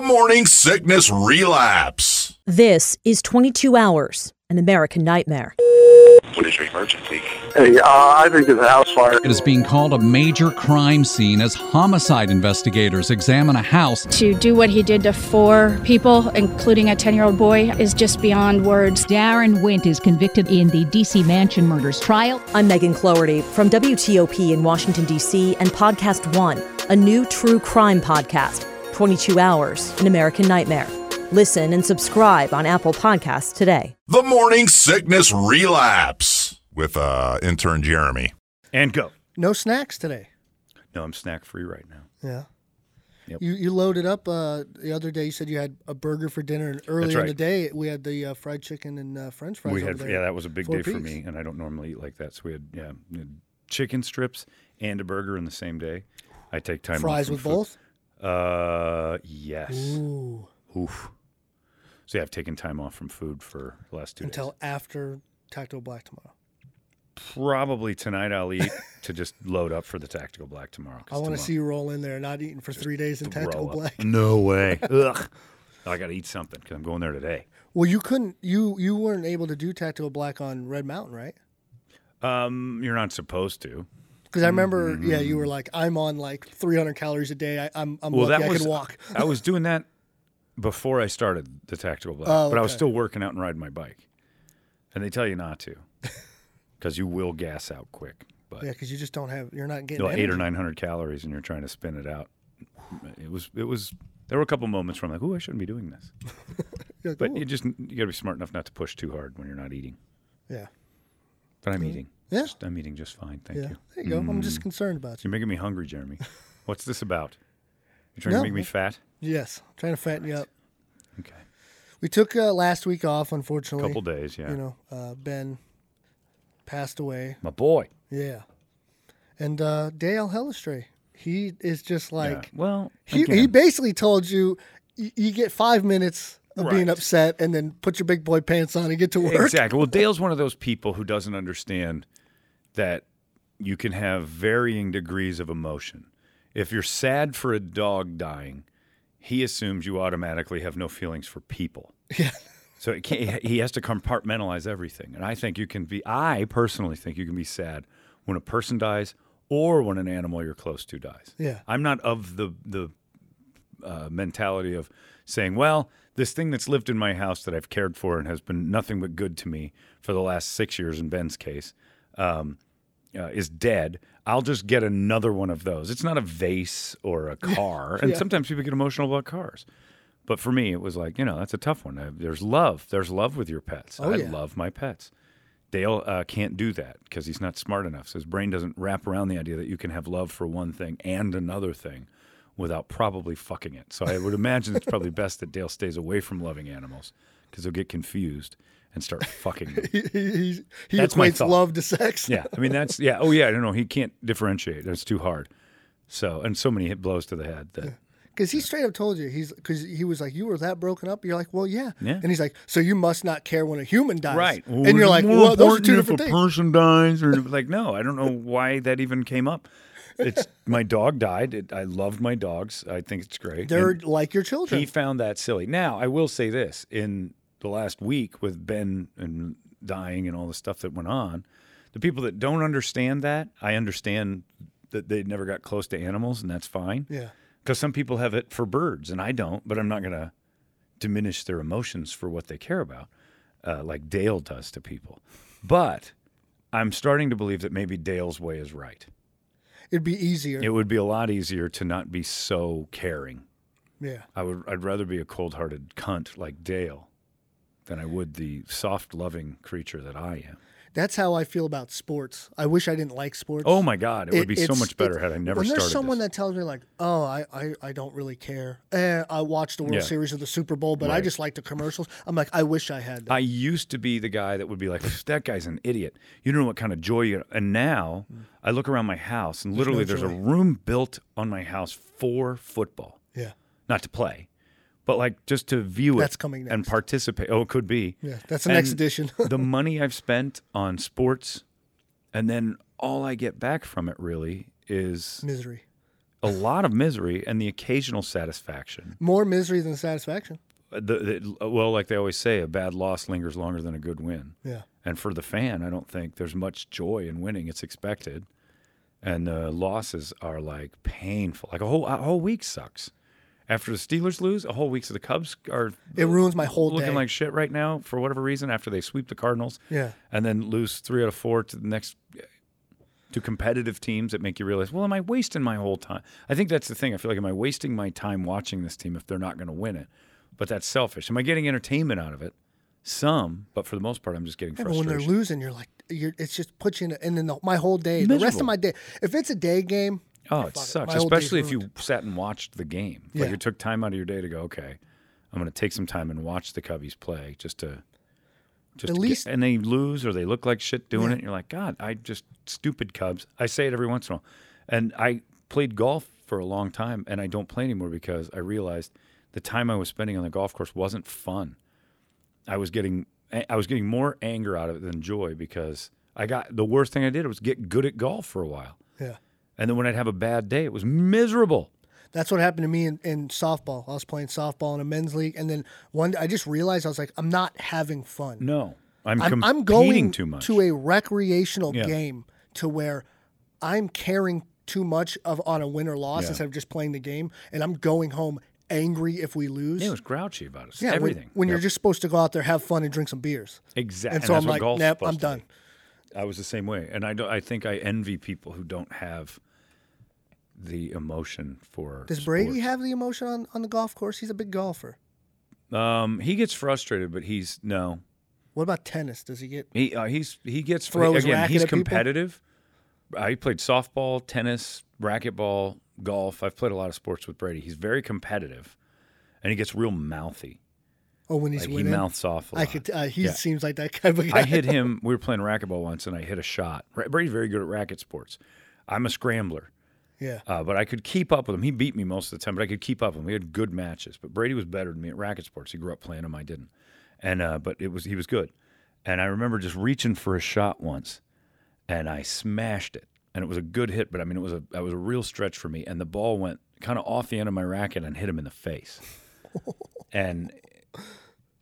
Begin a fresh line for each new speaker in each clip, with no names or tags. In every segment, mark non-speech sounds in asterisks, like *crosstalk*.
morning sickness relapse.
This is 22 Hours, an American Nightmare.
What is your emergency?
Hey, uh, I think it's a house fire.
It is being called a major crime scene as homicide investigators examine a house.
To do what he did to four people, including a 10 year old boy, is just beyond words.
Darren Wint is convicted in the D.C. Mansion murders trial.
I'm Megan Cloherty from WTOP in Washington, D.C., and Podcast One, a new true crime podcast, 22 Hours, an American Nightmare. Listen and subscribe on Apple Podcasts today.
The morning sickness relapse with uh, intern Jeremy.
And go.
No snacks today.
No, I'm snack free right now.
Yeah. Yep. You you loaded up uh, the other day. You said you had a burger for dinner, and earlier
right.
in the day we had the uh, fried chicken and uh, French fries.
we
over
had
there.
yeah, that was a big
Four
day for
piece.
me, and I don't normally eat like that. So we had yeah, we had chicken strips and a burger in the same day. I take time off
Fries
from
with
food.
both.
Uh, yes.
Ooh,
Oof. So yeah, I've taken time off from food for the last two
until after Tactical Black tomorrow.
days. Probably tonight I'll eat to just load up for the tactical black tomorrow. 'cause
I want
tomorrow-
to see you roll in there not eating for three days in
throw
Tactical
up. *laughs*
Black.
No
*laughs*
way. Ugh. I got to eat something because I'm going there today.
Well, you couldn't. You you weren't able to do Tactical Black on Red Mountain, right?
Um, you're not supposed to.
Because I
Mm-hmm.
remember, yeah, you were like, I'm on like 300 calories a day. I, I'm I'm
Well,
lucky
that
I
was
can walk.
I was doing that before I started the tactical black,
Oh,
but I was
okay.
still working out and riding my bike. And they tell you not
*laughs*
to, because you will gas out quick. But
Yeah, because you just don't have. You're not
you
getting
know, eight or
energy.
nine hundred calories, and you're trying to spin it out. It was. It was. There were a couple moments where I'm like, "Ooh, I shouldn't be doing this,"
*laughs* You're like,
but
"Ooh."
you just you got to be smart enough not to push too hard when you're not eating.
yeah,
But I'm eating.
Yeah.
Just- I'm eating just fine. Thank
yeah.
you. Mm.
There you go. I'm just concerned about you.
You're making me hungry,
*laughs*
Jeremy. What's this about? You're trying
No,
to make me fat?
Yes, trying to fatten you up.
Okay.
We took uh, last week off, unfortunately.
couple days, yeah.
You know, uh, Ben passed away.
My boy.
Yeah. And uh, Dale Hellestray, he is just
Yeah.
like
Well,
he, he
again,
basically told you y- you get five minutes of being
Right.
upset and then put your big boy pants on and get to work.
Exactly. Well, Dale's one of those people who doesn't understand that you can have varying degrees of emotion. If you're sad for a dog dying, he assumes you automatically have no feelings for people.
*laughs* Yeah.
So it can't, he has to compartmentalize everything. And I think you can be, I personally think you can be sad when a person dies or when an animal you're close to dies.
Yeah.
I'm not of the, the uh, mentality of saying, well, this thing that's lived in my house that I've cared for and has been nothing but good to me for the last six years in Ben's case um, uh, is dead. I'll just get another one of those. It's not a vase or a car. And sometimes people get emotional about cars. But for me, it was like, you know, that's a tough one. I- There's love. There's love with your pets.
Oh,
I
yeah.
love my pets. Dale uh, can't do that because he's not smart enough. So his brain doesn't wrap around the idea that you can have love for one thing and another thing without probably fucking it. So I would imagine it's
*laughs*
probably best that Dale stays away from loving animals because he'll get confused and start fucking
*laughs*
them.
*laughs* He, he, he
That's my
equates
thought.
love to sex.
Yeah, I mean that's yeah. Oh yeah, I don't know. He can't differentiate. It's too hard. So and so many hit blows to the head that
Because he straight up told you he's because he was like you were that broken up. You're like, well, yeah.
Yeah.
And he's like, so you must not care when a human dies,
Right.
and you're like, well, those are two
if
different
a
things.
person dies or *laughs* like, no, I don't know why that even came up. *laughs* It's my dog died. It, I loved my dogs. I think it's great.
They're
And
like your children.
he found that silly. Now I will say this: in the last week with Ben and dying and all the stuff that went on, the people that don't understand that, I understand that they never got close to animals, and that's fine
yeah.
because some people have it for birds and I don't, but I'm not going to diminish their emotions for what they care about, uh, like Dale does to people. But I'm starting to believe that maybe Dale's way is right.
It'd be easier.
It would be a lot easier to not be so caring.
yeah.
I would, I'd rather be a cold-hearted cunt like Dale than I would the soft, loving creature that I am.
That's how I feel about sports. I wish I didn't like sports.
Oh my God, it would be so
it's-
much better
it-
had I never
When
started.
there's someone
this.
that tells me like, "Oh, I, I, I don't really care. Eh, I watched the World
Yeah.
Series of the Super Bowl, but I
Right.
just like the commercials." I'm like, I wish I had that.
I used to be the guy that would be like, that guy's an idiot. You don't know what kind of joy you And now I look around my house and literally there's, a room built on my house for football,
yeah,
not to play, but like just to view it
That's coming
and
next.
participate. Oh, it could be.
yeah. That's the next
And
edition. *laughs*
the money I've spent on sports and then all I get back from it really is
Misery.
a lot of misery and the occasional satisfaction.
More misery than satisfaction.
Uh, The, the, well, like they always say, a bad loss lingers longer than a good win.
Yeah.
And for the fan, I don't think there's much joy in winning. It's expected, and the losses are like painful. Like a whole a whole week sucks. After the Steelers lose, a whole week of the Cubs are
It ruins my whole
looking
day.
like shit right now for whatever reason. After they sweep the Cardinals,
Yeah.
and then lose three out of four to the next to competitive teams that make you realize, well, am I wasting my whole time? I think that's the thing. I feel like am I wasting my time watching this team if they're not going to win it? But that's selfish. Am I getting entertainment out of it? Some, but for the most part, I'm just getting
Yeah, but when
frustrated.
they're losing, you're like, you're, it's just puts you in, a, and then the, my whole day, the rest
Miserable.
of my day. If it's a day game,
Oh, it
fuck it.
sucks.
My whole day's
Especially if you sat and watched the game.
Yeah.
Like you took time out of your day to go, okay, I'm going to take some time and watch the Cubbies play just to. Just
At
to get-
least-
and they lose or they look like shit doing it. And you're like, God, I just stupid Cubs. I say it every once in a while. And I played golf for a long time, and I don't play anymore because I realized the time I was spending on the golf course wasn't fun. I was getting I was getting more anger out of it than joy because I got the worst thing I did was get good at golf for a while.
yeah,
And then when I'd have a bad day, it was miserable.
that's what happened to me in, in softball. I was playing softball in a men's league, and then one, I just realized I was like, I'm not having fun.
No, I'm,
I'm,
competing
I'm going
too much.
to a recreational
Yeah.
game to where I'm caring too much of on a win or loss
Yeah.
instead of just playing the game, and I'm going home angry if we lose.
Yeah, it was grouchy about it.
Yeah, when-
everything.
When, you're just supposed to go out there, have fun, and drink some beers.
exactly.
And so I'm like, nope, I'm done.
I was the same way, and I don't, I think I envy people who don't have the emotion for.
Does Brady
sports.
have the emotion on, on the golf course? He's a big golfer.
Um, he gets frustrated, but he's no.
What about tennis? Does he get?
He uh, he's he gets
Throw his
again.
racket
He's
at people?
competitive. I played softball, tennis, racquetball, golf. I've played a lot of sports with Brady. He's very competitive, and he gets real mouthy.
Oh, when he's
Like,
winning,
He mouths off a lot.
I could. Uh, he
Yeah.
seems like that *laughs* kind of a guy.
I hit him. We were playing racquetball once, and I hit a shot. Ra- Brady's very good at racket sports. I'm a scrambler,
yeah, *laughs*
uh, but I could keep up with him. He beat me most of the time, but I could keep up with him. We had good matches, but Brady was better than me at racket sports. He grew up playing them. I didn't, and uh, but it was he was good. And I remember just reaching for a shot once, and I smashed it, and it was a good hit. But I mean, it was a that was a real stretch for me, and the ball went kind of off the end of my racket and hit him in the face, *laughs* and.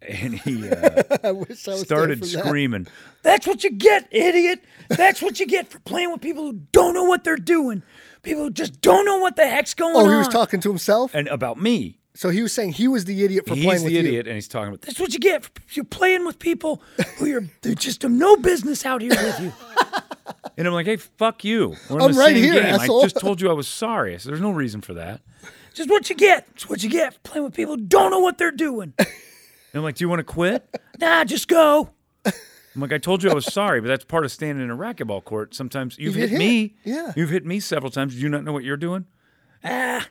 And he uh,
I wish I was there
started
for that.
screaming, That's what you get, idiot. That's what you get for playing with people who don't know what they're doing. People who just don't know what the heck's going on.
Oh, he was talking to himself.
and about me.
So he was saying he was the idiot for
He's
playing with
the
you.
idiot, and he's talking about that's what you get. For, you're playing with people who you're they just have no business out here with you. *laughs* and I'm like, hey, fuck you. We're in
I'm
the
right
same
here,
game.
asshole."
I just told you I was sorry. I said, there's no reason for that. Just what you get. It's what you get for playing with people who don't know what they're doing. and I'm like, do you want to quit? nah, just go. I'm like, I told you I was sorry, but that's part of standing in a racquetball court. Sometimes you've
You get
hit,
hit.
me.
Yeah.
You've hit me several times. Do you not know what you're doing? Ah.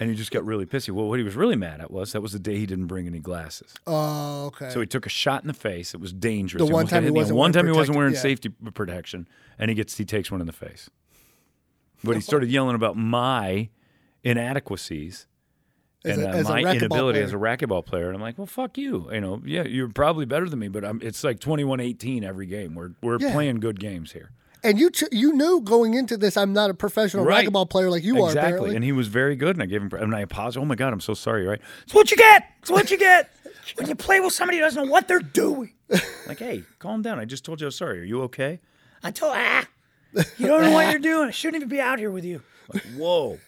and he just got really pissy. Well, what he was really mad at was that was the day he didn't bring any glasses.
Oh, okay.
So he took a shot in the face. It was dangerous.
The
He
one
almost got
time he
hit in the-
wasn't
one
wearing
time he wasn't
protect-
wearing
yeah.
safety p- protection, and he gets he takes one in the face. But he started yelling about my inadequacies
As
and
a-
uh,
as a
my
racquetball
inability
player.
as a racquetball player. And I'm like, well, fuck you. You know, yeah, you're probably better than me, but I'm, it's like 21-18 every game. We're we're
Yeah.
playing good games here.
and you t- you knew going into this, I'm not a professional
Right.
racquetball player like you
exactly.
are. Apparently,
And he was very good, and I gave him and I paused. Oh my god, I'm so sorry. Right? It's what you get. It's what you
*laughs*
get when you play with somebody who doesn't know what they're doing. like, hey, calm down. I just told you I'm sorry. Are you okay? I told ah, you don't know what you're doing. I shouldn't even be out here with you. Like, whoa.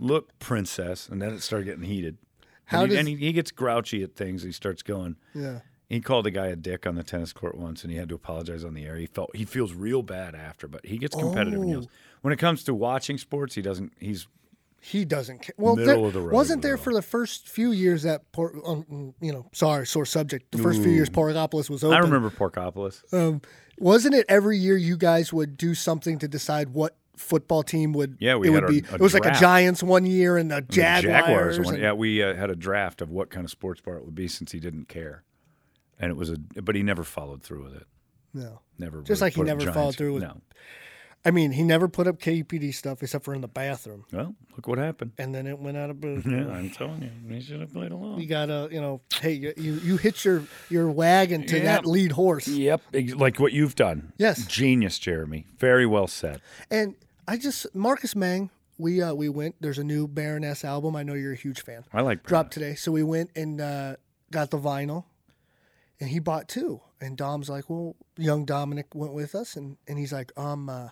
Look, princess, and then it started getting heated.
How
and he,
does-
and he, he gets grouchy at things. he starts going.
yeah.
He called a guy a dick on the tennis court once, and he had to apologize on the air. He felt he feels real bad after, but he gets competitive and
Oh.
yells. When it comes to watching sports, he doesn't. He's
He doesn't care. Well,
Middle
there-
of the road
wasn't
with it
there
all.
for the first few years that Port, um, mm, you know, sorry, sore subject. The first few years Portopolis was open.
Mm. I remember Porkopolis.
Um, wasn't it every year you guys would do something to decide what football team would?
Yeah, we
it
had
would
our-
be.
a
it was like a
draft.
Giants one year and a
The
Jaguars.
won.
and-
Yeah, we uh, had a draft of what kind of sports bar it would be since he didn't care, and it was a. But he never followed through with it.
No.
Never. really
Just like he
put up
never
Giants.
followed through with-
No.
I mean, he never put up KPD stuff except for in the bathroom,
Well, look what happened.
and then it went out of
*laughs*
boot.
Yeah, I'm telling you, he should have played
You
along.
gotta, you know, hey, you you, you hit your your wagon to
Yeah.
that lead horse,
Yep, ex- like what you've done.
Yes.
Genius, Jeremy. Very well said.
and I just Marcus Mang. We uh, we went. There's a new Baroness album. I know you're a huge fan.
I like
dropped today. So we went and uh, got the vinyl, and he bought two. And Dom's like, well, young Dominic went with us, and and he's like, um. Uh,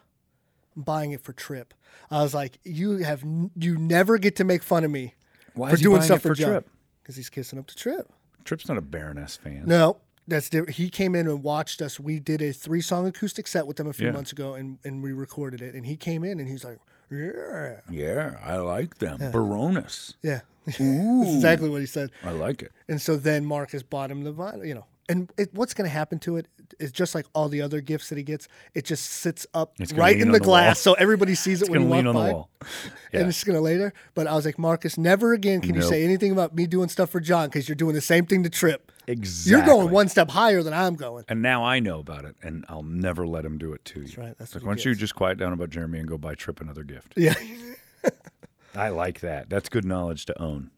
I'm buying it for trip. I was like, you have n- you never get to make fun of me
Why
for
is he
doing
buying
stuff
it for Trip?
because he's kissing up to trip.
Trip's not a Baroness fan.
No, that's different. He came in and watched us. We did a three song acoustic set with them a few
Yeah.
months ago, and and we recorded it. And he came in and he's like, yeah,
Yeah, I like them. Baroness.
yeah, *laughs* that's exactly what he said.
I like it.
And so then Marcus bought him the vinyl, you know. And it, what's going to happen to it is just like all the other gifts that he gets, it just sits up
It's gonna
right
lean
in
on
the,
the wall.
glass so everybody sees it
It's
when
gonna
you
lean on
walk by.
the wall. Yeah.
and it's gonna later. But I was like, Marcus, never again can you
Nope.
say anything about me doing stuff for John because you're doing the same thing to Trip.
Exactly.
You're going one step higher than I'm going.
And now I know about it, and I'll never let him do it to you. That's
right,
like,
that's what he
why don't you
gets.
just quiet down about Jeremy and go buy Trip another
*laughs*
gift?
Yeah.
I like that. That's good knowledge to own.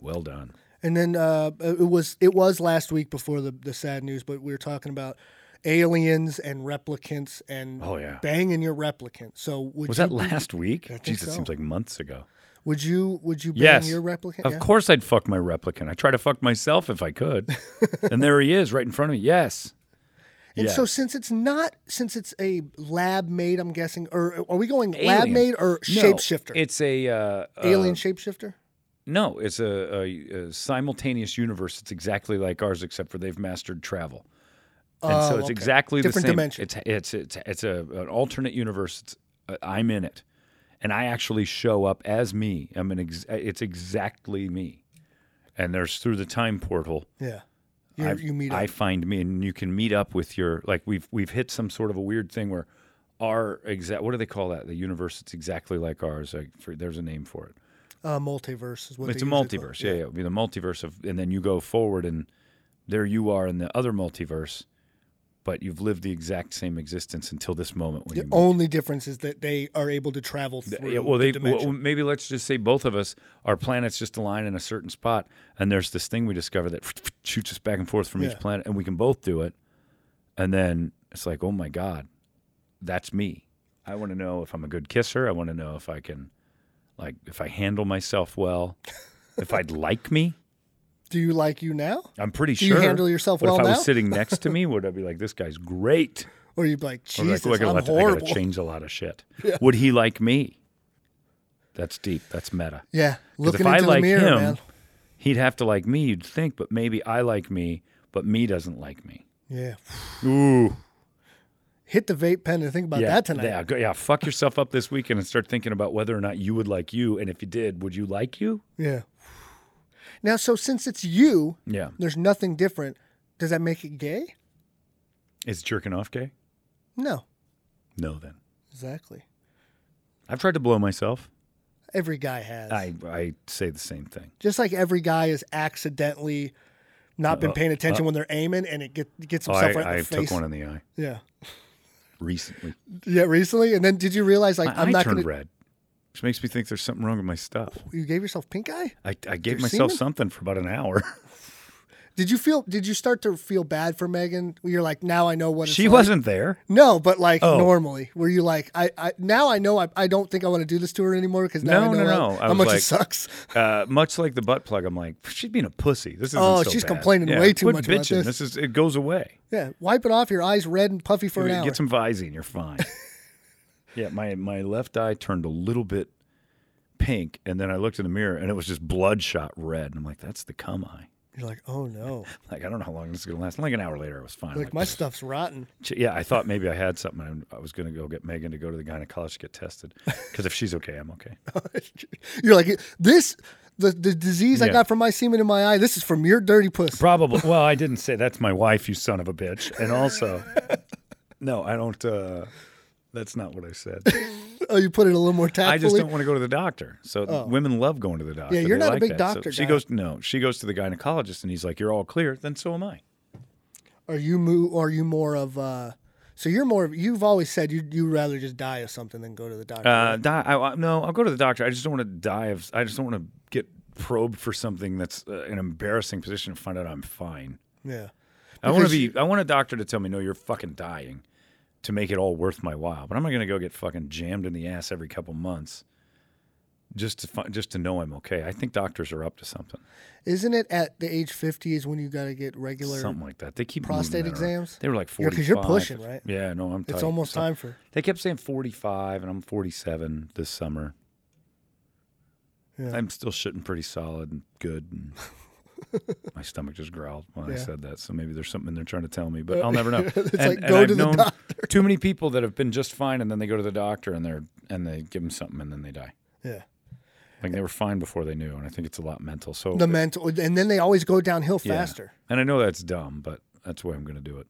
Well done.
And then uh, it was it was last week before the the sad news, but we were talking about aliens and replicants and
Oh, yeah.
banging your replicant. So would
Was
you
that
be-
last week?
I think
Jesus, it
so.
seems like months ago.
Would you would you bang
yes.
your replicant?
Of
Yeah.
course I'd fuck my replicant. I try to fuck myself if I
*laughs*
could. and there he is right in front of me. Yes.
And
yes.
so since it's not since it's a lab made, I'm guessing, or are we going lab
Alien.
made or
No,
shapeshifter?
It's a uh,
alien
uh,
shapeshifter.
No, it's a, a, a simultaneous universe. It's exactly like ours, except for they've mastered travel, and so
Oh,
it's
okay.
exactly
Different
the same.
dimension.
It's it's it's it's a, an alternate universe. It's, uh, I'm in it, and I actually show up as me. I'm an ex- it's exactly me, and there's through the time portal.
Yeah. You're,
I've-
you meet
I
up.
find me, and you can meet up with your like we've we've hit some sort of a weird thing where our exact what do they call that? The universe it's exactly like ours. Like for, there's a name for it.
Uh, multiverse is what
it's a
they usually call it.
multiverse. Yeah, yeah, It'd be the multiverse of, and then you go forward, and there you are in the other multiverse, but you've lived the exact same existence until this moment when
The
you. meet.
only difference is that they are able to travel
Th-
through.
yeah, well, they
the
well,
dimension.
maybe let's just say both of us, our planets just align in a certain spot, and there's this thing we discover that *sniffs* shoots us back and forth from
Yeah.
each planet, and we can both do it, and then it's like, oh my god, that's me. I want to know if I'm a good kisser. I want to know if I can, like, if I handle myself well, if
*laughs*
I'd like me.
Do you like you now,
I'm pretty
Do you
sure.
handle yourself
but
well
if I
now?
was sitting
*laughs*
next to me, would I be like, "This guy's great"?
or you'd be like,
Or like,
Jesus,
"Oh, I gotta
I'm
let- I gotta
horrible?
change a lot of
*laughs*
shit. Would he like me? That's deep. That's meta.
Yeah,
'Cause
looking
if I
into
like
the mirror,
him,
man.
he'd have to like me. You'd think, but maybe I like me, but me doesn't like me.
Yeah,
Ooh,
hit the vape pen and think about
yeah,
that tonight.
Yeah, go, yeah. Fuck yourself up this weekend and start thinking about whether or not you would like you, and if you did, would you like you?
Yeah. Now, so since it's you,
Yeah.
there's nothing different. Does that make it gay?
Is jerking off gay?
No,
No, then.
exactly.
I've tried to blow myself.
Every guy has.
I I say the same thing.
Just like every guy has accidentally not been paying attention when they're aiming, and it get, gets
Uh, Oh,
himself
I,
right in
I
the face.
took one in the eye
Yeah,
recently.
yeah. Recently, and then did you realize like
My
I'm
eye
not
turned
gonna?
red, which makes me think there's something wrong with my stuff.
You gave yourself pink eye.
I, I gave
Your
myself
semen?
something for about an hour.
Did you feel? Did you start to feel bad for Megan? You're like, now I
*laughs*
know what it's
she
like."
wasn't there.
No, but like
Oh.
normally, were you like, I, I now I know I, I don't think I want to do this to her anymore because now
No,
I know
no,
how,
no. I
how
was
much
like-
it sucks.
Uh, much like the butt plug, I'm like, she's being a pussy. This is
Oh, she's complaining way too much about
bitching.
this.
is it goes away.
Yeah, wipe it off. Your eyes red and puffy for an hour.
Get some Visine, you're fine.
*laughs*
yeah, my my left eye turned a little bit pink, and then I looked in the mirror, and it was just bloodshot red. And I'm like, that's the cum eye.
You're like, oh no,
Like I don't know how long this is gonna last. Like an hour later, I was fine.
You're like my stuff's rotten. *laughs*
Ch- Yeah, I thought maybe I had something. and I was going to go get Megan to go to the gynecologist to get
*laughs*
tested because if she's okay, I'm okay.
You're like this. The, the disease I
Yeah.
got from my semen in my eye. This is from your dirty pussy.
Probably. Well, I didn't say that's my wife, you son of a bitch. And also, no, I don't. Uh, that's not what I
*laughs*
said.
oh, you put it a little more tactfully.
I just don't want to go to the doctor. So women love going to the doctor.
Oh. Yeah, you're
They
not a
like
big
that. So
doctor
she
guy.
goes. No, she goes to the gynecologist, and he's like, "You're all clear." Then so am I.
Are you mo- Are you more of? uh So you're more. of You've always said you you rather just die of something than go to the doctor.
Uh, die, I, I- no, I'll go to the doctor. I just don't want to die of. I just don't want to get probed for something that's uh, an embarrassing position and find out I'm fine.
yeah.
I want to
Because
be. I want a doctor to tell me, no, you're fucking dying, to make it all worth my while. But I'm not going to go get fucking jammed in the ass every couple months just to fi- just to know I'm okay. I think doctors are up to something,
Isn't it at the age 50 is when you got to get regular?
something like that. They keep moving
prostate
that around.
exams?
They were like
Yeah,
45.
'cause you're pushing, right?
Yeah, no, I'm.
It's
tight.
almost
So-
time for.
They kept saying 45, and I'm 47 this summer.
Yeah.
I'm still shitting pretty solid and good. And my stomach just growled when I
Yeah. Uh,
said that. So maybe there's something they're trying to tell me, but I'll never know.
*laughs* It's
and
like,
and
go
I've
to the
known
doctor.
too many people that have been just fine, and then they go to the doctor and they're and they give them something, and then they die.
Yeah.
Like they were fine before they knew, and I think it's a lot mental. So
The mental, and then they always go downhill
yeah.
faster.
And I know that's dumb, but that's the way I'm going to do it.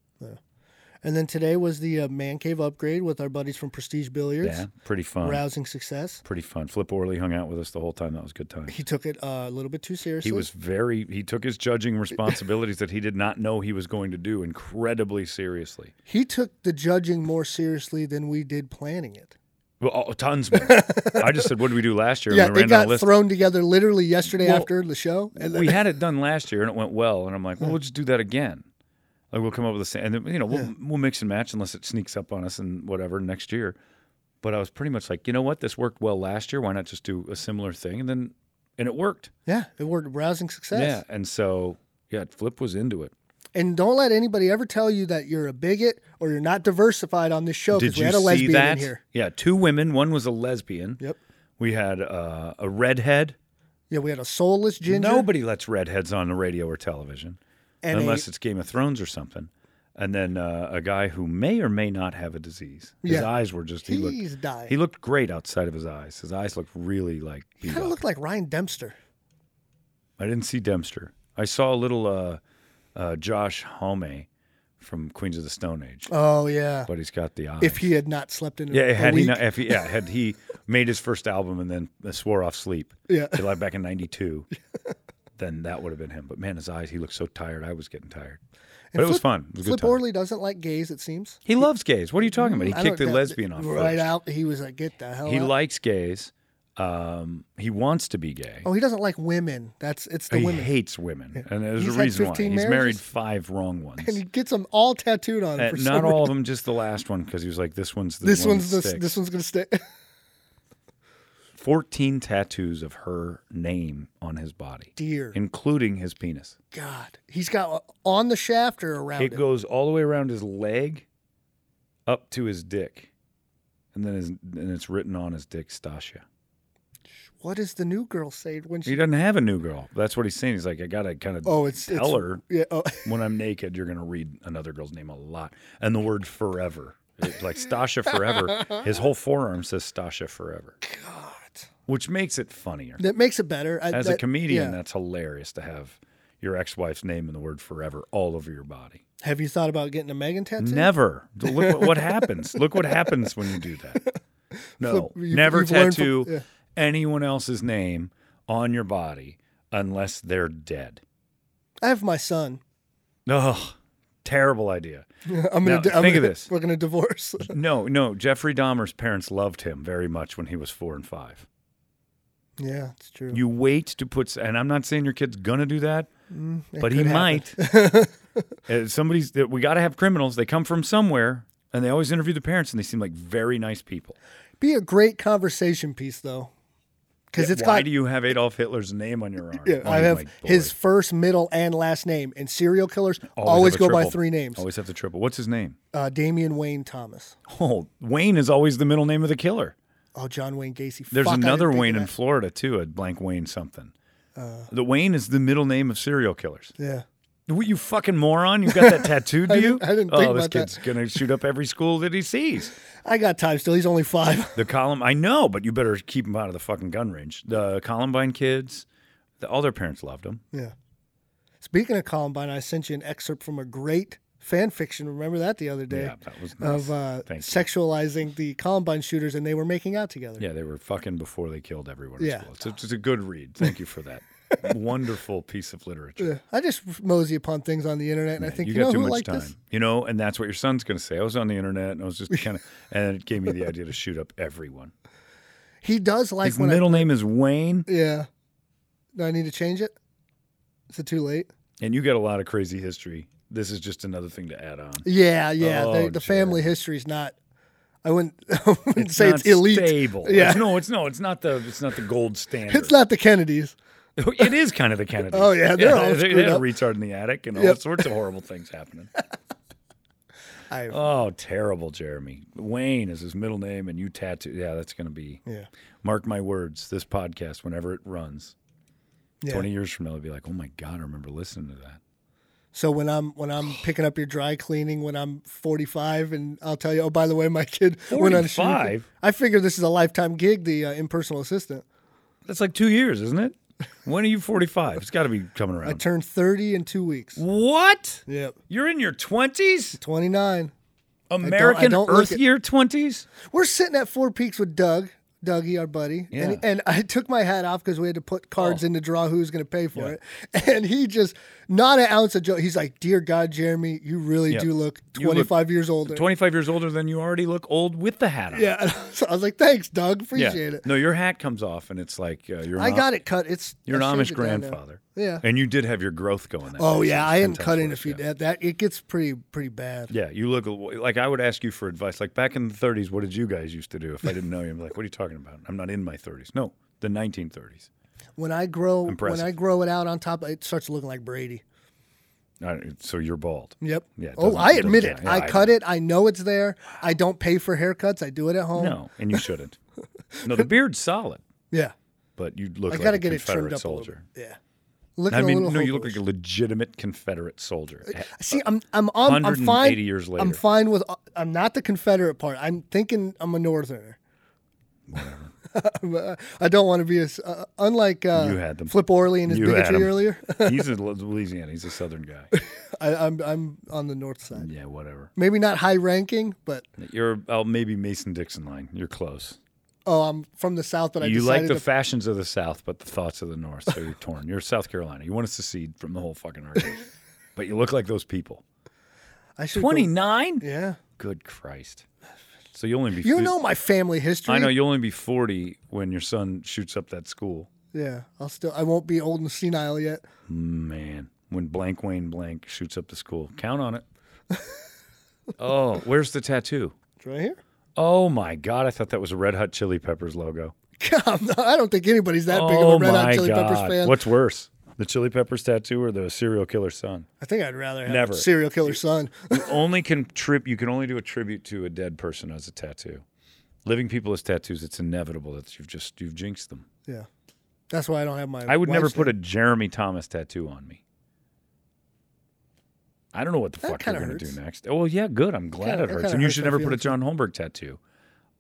And then today was the uh, man cave upgrade with our buddies from Prestige Billiards.
Yeah, pretty fun.
Rousing success.
Pretty fun. Flip Orley hung out with us the whole time. That was a good time.
He took it uh, a little bit too seriously.
He was very. He took his judging responsibilities that he did not know he was going to do incredibly seriously.
He took the judging more seriously than we did planning it.
Well, oh, tons more. I just said, "What did we do last
*laughs*
year?"
yeah,
and we
it
ran down a
got
list.
thrown together literally yesterday
Well,
after the show. And then,
we had it done last year, and it went well. And I'm like, "Well, we'll just do that again. Like, we'll come up with the same, and then, you know, we'll we'll mix and match unless it sneaks up on us and whatever next year." But I was pretty much like, "You know what? This worked well last year. Why not just do a similar thing?" And then, and it worked.
yeah, it worked. Rousing success.
Yeah. And so, yeah, Flip was into it.
And don't let anybody ever tell you that you're a bigot or you're not diversified on this show
Did
because we
you
had a lesbian
see that?
in here.
Yeah, two women. One was a lesbian.
Yep.
We had uh, a redhead.
Yeah, we had a soulless ginger.
Nobody lets redheads on the radio or television
and a-
unless it's Game of Thrones or something. And then uh, a guy who may or may not have a disease. His
Yeah.
eyes were just he
He's
looked
dying.
he looked great outside of his eyes. His eyes looked really like
he
beat
kind of
up.
looked like Ryan Dempster.
I didn't see Dempster. I saw a little uh, uh, Josh Homme from Queens of the Stone Age,
Oh yeah.
but he's got the eyes.
If he had not slept in a,
Yeah,
a
had he
week.
not, if he, yeah, had
*laughs*
he made his first album and then uh, swore off sleep,
Yeah.
till, like back in
*laughs*
'92, then that would have been him. But man, his eyes—he looked so tired. I was getting tired, but
And
it was
Flip-
fun. It was a good
Flip
time.
Orley doesn't like gays, it seems. Mm,
he loves gays. What are you talking about? He
I
kicked the
don't-
lesbian off
right
first.
out. He was like, "Get the hell."
He
out.
likes gays. Um, he wants to be gay.
Oh, he doesn't like women. That's it's the
he
women,
hates women, and there's
He's
a
had
reason why.
15
He's married
marriages?
five wrong ones.
*laughs* and he gets them all tattooed on. Him
Uh,
for
not
some
all
reason.
of them, just the last one, because he was like, "This one's the
This
one
one's
that
this,
sticks.
this one's gonna stay. *laughs*
14 tattoos of her name on his body,
Dear
including his penis.
God, he's got uh, on the shaft or around
It
it.
goes all the way around his leg up to his dick. And then his, and it's written on his dick, Stasha.
What does the new girl say when
He
she?
doesn't have a new girl. That's what he's saying. He's like, I got to kind of
Oh, it's
tell
it's,
her
Yeah, oh, *laughs*
when I'm naked, you're going to read another girl's name a lot. And the word forever. It- like Stasha forever. His whole forearm says Stasha forever,
God,
which makes it funnier.
that makes it better. I,
As a
that-
comedian,
yeah.
that's hilarious to have your ex wife's name and the word forever all over your body.
have you thought about getting a Megan tattoo?
Never. Look what, what happens. Look what happens when you do
*laughs*
that. No,
Flip- you-
never
you've learned
tattoo
from- yeah.
anyone else's name on your body unless they're dead.
I have my son. *laughs*
Oh, terrible idea.
I'm gonna
Now,
di- I'm
think of
gonna-
this.
We're gonna divorce. *laughs*
No, no. Jeffrey Dahmer's parents loved him very much when he was four and five.
yeah, it's true.
You wait to put, s- and I'm not saying your kid's gonna do that, but he
Mm, could happen.
might. Uh, Somebody's. We got to have criminals. They come from somewhere, and they always interview the parents, and they seem like very nice people.
*laughs* Be a great conversation piece though, because
Yeah,
it's
why
got
do you have Adolf Hitler's name on your arm?
Yeah,
Oh
I have
my
his
boy.
first, middle, and last name. And serial killers always,
have a
go by
triple.
three names.
Always have the triple. What's his name?
Uh, Damian Wayne Thomas.
Oh, Wayne is always the middle name of the killer.
Oh, John Wayne Gacy.
There's
Fuck, I didn't
another
think of
Wayne in
that. Uh,
Florida too, a blank Wayne something. the Wayne is the middle name of serial killers.
Yeah.
What you fucking moron? You
*laughs*
got that tattooed to
I
you?
didn't- I didn't
oh,
think
this
about that.
kid's gonna shoot up every school that he sees.
I got time still. He's only five. *laughs*
The column, I know, but you better keep him out of the fucking gun range. The Columbine kids, the, all their parents loved him.
yeah. Speaking of Columbine, I sent you an excerpt from a great fan fiction. Remember that the other day?
Yeah, that was nice.
Of uh,
Thank you.
sexualizing the Columbine shooters and they were making out together.
Yeah, they were fucking before they killed everyone.
Yeah.
Yeah. It's, a, it's a good read. Thank you for
*laughs*
that. Wonderful piece of literature.
Yeah. I just mosey upon things on the internet and I think,
you,
you,
got
know
too
who
much
liked
time.
this?
You know, and that's what your son's going to say. I was on the internet and I was
*laughs*
just kind of, and it gave me the idea to shoot up everyone.
He does like
His
when I-
middle name is Wayne,
yeah. Do I need to change it? Is it too late?
and you got a lot of crazy history this is just another thing to add on.
Yeah, yeah.
Oh,
the the family history's not. I wouldn't, *laughs* I wouldn't
It's
say
not
it's elite.
Stable.
Yeah. *laughs*
no, it's no, it's not the it's not the gold standard.
It's not the Kennedys.
*laughs* It is kind of the Kennedy.
Oh, yeah, they're all
they,
screwed
had a
up.
retard in the attic and all
Yep.
sorts of horrible things happening.
*laughs* I-
oh, terrible, Jeremy. Wayne is his middle name, and you tattoo. Yeah, that's going to be.
Yeah.
Mark my words. This podcast, whenever it runs,
Yeah.
twenty years from now, they'll be like, "Oh my God, I remember listening to that."
So when I'm when I'm picking up your dry cleaning when I'm 45, and I'll tell you, oh by the way, my kid went on a shooting-
45?
I figure this is a lifetime gig, the uh, impersonal assistant.
That's like two years, isn't
*laughs*
it? When are you forty-five? It's got to be coming
I
around.
turned 30 in two weeks.
what?
Yep,
You're in your twenties,
29.
American
don't look
Earth
it.
Year twenties.
We're sitting at Four Peaks with Doug, Dougie, our buddy,
Yeah. Oh.
and, and I took my hat off because we had to put cards in to draw who was going to pay for it, and he just not an ounce of joke. He's like, "Dear God, Jeremy, you really
Yeah.
do look
You look
25 years older."
Twenty-five years older than you already look old with the hat on.
yeah, *laughs* so I was like, "Thanks, Doug,
Yeah.
appreciate it."
No, your hat comes off, and it's like uh, you're. An
I
Am-
got it cut. It's
You're
I
an Amish
shaved it down now.
grandfather.
Yeah.
And you did have your growth going. That
Oh
way, so
yeah,
it's
I
ten
hadn't
times
cut in a
worse,
few.
yeah.
That, that it gets pretty pretty bad.
Yeah, you look like I would ask you for advice. Like back in the 30s, what did you guys used to do? If I didn't know you, I'm like, what are you talking about? I'm not in my 30s. No, the 1930s.
When I grow
Impressive.
when I grow it out on top, it starts looking like Brady.
I don't- so you're bald.
Yep.
Yeah, it
oh,
doesn't-
I
it doesn't-
admit it.
yeah, yeah,
I,
I-
cut it. I know it's there. I don't pay for haircuts. I do it at home.
No, and you
*laughs*
shouldn't. no, the beard's solid,
Yeah.
but you look
I
like
gotta
a
get it
Confederate
trimmed up a
soldier.
little bit. Yeah. Looking
I
a
mean,
little Uh,
no, you look
hopeless.
like a legitimate Confederate soldier. Eh,
See, I'm I'm on I'm fine.
180 years later.
I'm fine with I'm not the Confederate part. I'm thinking I'm a Northerner. *laughs* I don't want to be as uh, unlike uh,
You had them.
Flip Orley and his
You had
bigotry
them.
earlier. *laughs*
He's in Louisiana. He's a Southern guy.
I, I'm I'm on the north side.
yeah, whatever.
Maybe not high ranking, but
You're oh, maybe Mason Dixon line. You're close.
oh, I'm from the south. But I
you like
decided
the
to-
fashions of the South, but the thoughts of the North. So you're *laughs* torn. You're South Carolina. You want to secede from the whole fucking
*laughs*
argument, but you look like those people.
I should go-
Twenty nine.
Yeah,
Good Christ. So you'll only be.
you know my family history.
I know you'll only be forty when your son shoots up that school.
Yeah, I'll still. I won't be old and senile yet.
Man, when blank Wayne blank shoots up the school, count on it. *laughs* oh, where's the tattoo?
It's right here. *laughs*
Oh my God! I thought that was a Red Hot Chili Peppers logo.
God, I'm not- I don't think anybody's that big of
oh
a Red Hot
my
Chili Peppers
God!
fan.
What's worse, the Chili Peppers tattoo or the serial killer son?
I think I'd rather have
Never.
a serial killer son. *laughs*
*laughs* only can trip you can only do a tribute to a dead person as a tattoo. Living people as tattoos, it's inevitable that you've just you've jinxed them.
yeah, that's why I don't have my.
I would never
wife's
put a
name.
Jeremy Thomas tattoo on me. I don't know what the
That
fuck you're
kinda
gonna
hurts.
do next. Oh well, yeah, good. I'm glad
Kinda-
it
that
hurts.
kinda
And you
hurts
should
my
never put a
feelings.
John Holmberg tattoo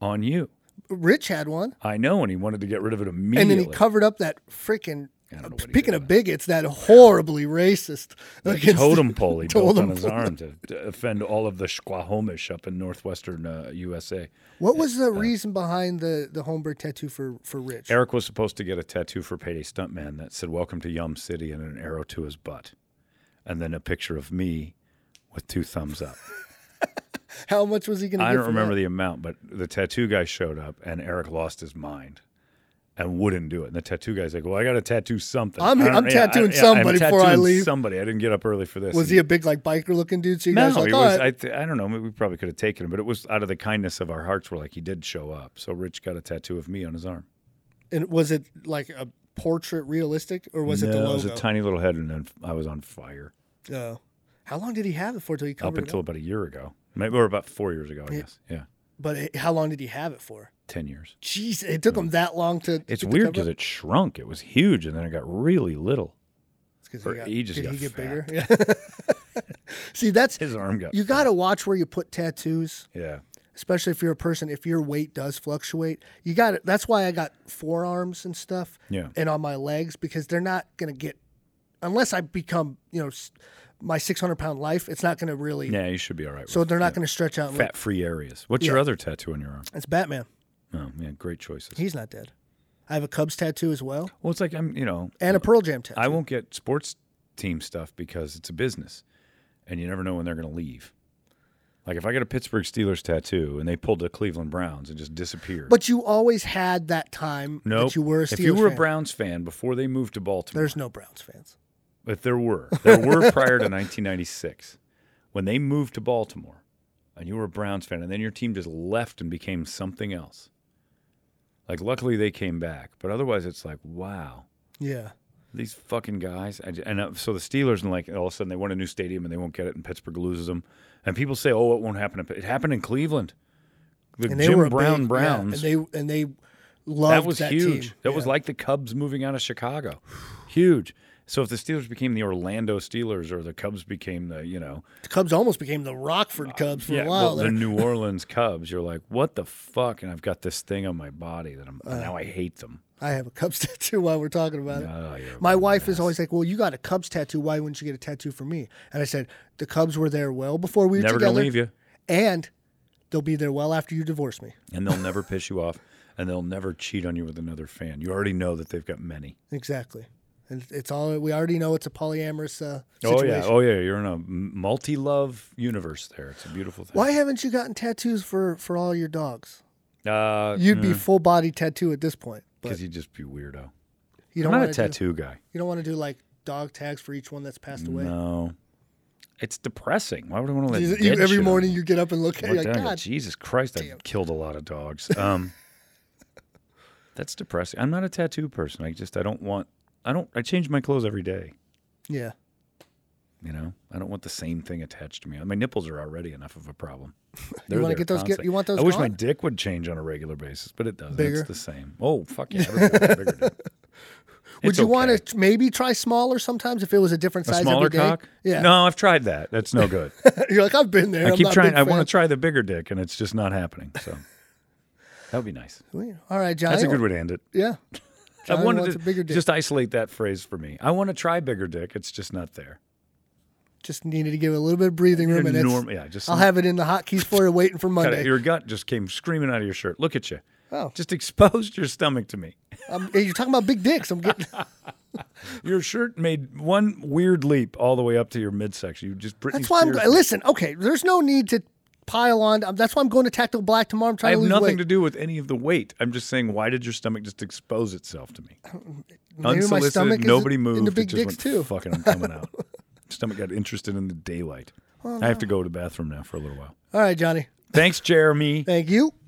on you.
Rich had one,
I know, and he wanted to get rid of it immediately.
and then he covered up that freaking.
I don't know what he
Speaking
did
of bigots, that horribly racist
the
against- *laughs*
totem pole he built on
totem
his
pole.
arm to, to offend all of the Squamish up in northwestern uh, USA.
What was the reason behind the the Holmberg tattoo for for Rich?
Eric was supposed to get a tattoo for Payday Stuntman that said "Welcome to Yum City" and an arrow to his butt, and then a picture of me with two thumbs up.
How much was he going to?
I don't remember the amount, but the tattoo guy showed up, and Eric lost his mind and wouldn't do it. And the tattoo guy's like, "Well, I got to tattoo something.
I'm-
I don't-
I'm tattooing somebody
I'm
before I
tattooing
leave."
Somebody. I didn't get up early for this.
Was
And-
he a big like biker looking dude? So you
no,
guys like,
he
all
was.
right.
I, th- I don't know. Maybe we probably could have taken him, but it was out of the kindness of our hearts. We're like, he did show up, so Rich got a tattoo of me on his arm.
and was it like a portrait realistic or was it the
No,
logo?
It was a tiny little head, and then I was on fire.
Oh. how long did he have it for till he
up
covered it
until about a year ago, maybe or about four years ago, I guess. Yeah,
But it- how long did he have it for?
ten years.
Jeez, it took him that long to. to
It's
get the
weird
cover
because
up?
it shrunk. It was huge, and then it got really little.
It's 'cause
or he just
did
got
he get
fat.
bigger? Yeah. *laughs* See, that's
His arm got.
you got to watch where you put tattoos.
yeah,
especially if you're a person if your weight does fluctuate you got it that's why i got forearms and stuff
Yeah.
and on my legs because they're not going to get unless i become you know s- my 600 pound life it's not going to really
yeah. You should be all right.
so
with
they're not going to stretch out and look-
fat-free areas. What's your
Yeah.
other tattoo on your arm?
it's batman
Oh man, great choices.
he's not dead i have a cubs tattoo as well
well, it's like I'm. You know, uh,
and a pearl jam tattoo
I won't get sports team stuff because it's a business, and you never know when they're going to leave. Like if I got a Pittsburgh Steelers tattoo and they pulled the Cleveland Browns and just disappeared.
but you always had that time
no,
that you were a Steelers
if you were
fan.
a Browns fan before they moved to Baltimore,
there's no browns fans
if there were, there were prior to 1996, when they moved to Baltimore, and you were a Browns fan, and then your team just left and became something else. Like, luckily they came back, but otherwise it's like, wow,
Yeah.
these fucking guys. I j- And uh, so the Steelers, and like all of a sudden they want a new stadium and they won't get it, and Pittsburgh loses them. And people say, oh, it won't happen. in Pitt-" It happened in Cleveland. The
And they
Jim
were a
Brown
big- yeah,
Browns.
and they and they loved
that was
team.
huge. That was
Yeah.
like the Cubs moving out of Chicago. huge. So if the Steelers became the Orlando Steelers or the Cubs became the, you know,
the Cubs almost became the Rockford Cubs for a while.
well,
there.
the New
*laughs*
Orleans Cubs, you're like, what the fuck? And I've got this thing on my body that I'm
Uh,
now I hate them.
I have a Cubs *laughs* tattoo while we're talking about
Oh, you're
it. My wife is always like, "Well, you got a Cubs tattoo. Why wouldn't you get a tattoo for me?" And I said, "The Cubs were there well before we were
Never
together,
gonna leave you,
and they'll be there well after you divorce me."
and they'll never piss you off, and they'll never cheat on you with another fan. You already know that they've got many.
Exactly. And it's all we already know. It's a polyamorous uh,
Oh
situation.
yeah, oh yeah. You're in a multi love universe. There, it's a beautiful thing.
Why haven't you gotten tattoos for for all your dogs?
Uh,
You'd be full body tattoo at this point, but
because you'd just be weirdo. I'm
you don't
not
want
a
to do,
tattoo guy.
you don't want to do like dog tags for each one that's passed away.
No, it's depressing. Why would I want to let
You-
dead
you-
shit
every
on
morning
me?
you get up and look
Look
at it, you're
down,
like
I go,
God.
Jesus Christ, I've killed a lot of dogs.
*laughs*
Um, that's depressing. I'm not a tattoo person. I just I don't want. I don't. I change my clothes every day.
Yeah.
You know, I don't want the same thing attached to me. My nipples are already enough of a problem.
*laughs* You
They're
want to
there
get those? Get,
constantly.
you want those?
I wish my
gone?
dick would change on a regular basis, but it doesn't.
Bigger?
It's the same. Oh fuck yeah!
*laughs*
everybody wants a bigger dick.
Would
It's
you want
okay.
to maybe try smaller sometimes if it was a different
a
size
smaller
every day?
cock?
Yeah.
No, I've tried that. That's no good.
*laughs* You're like I've been there.
I
I'm
keep
not a
trying.
big
I want
fan."
to try the bigger dick, and it's just not happening.
*laughs*
So that would be nice.
All right, Johnny.
That's a good way to end it.
Yeah.
*laughs* I
Johnny
wanted
wants
to
a bigger dick.
just isolate that phrase for me. I want to try bigger dick. It's just not there.
Just needed to give it a little bit of breathing room, and it's,
Enorm- yeah, just
I'll have it in the hotkeys for
*laughs*
you, waiting for
Got it.
Monday.
your gut just came screaming out of your shirt. Look at you.
Oh.
Just exposed your stomach to me.
*laughs* I'm- hey, you're talking about big dicks.
*laughs*
I'm getting.
Your shirt made one weird leap all the way up to your midsection. You just Britney
That's why I'm.
Spears-
go- Listen, okay. There's no need to pile on. um, That's why I'm going to Tactical Black tomorrow. I'm
I
trying
have
to lose
nothing
weight.
to do with any of the weight. I'm just saying, why did your stomach just expose itself
*clears throat*
to me?
my
Unsolicited,
stomach is
nobody
into
moved.
big
it just
dicks,
went,
too.
Fucking, I'm coming
*laughs*
out. stomach got interested
Oh,
in the daylight. I have to go to the bathroom now for a little while.
All right, Johnny.
Thanks, Jeremy.
Thank you.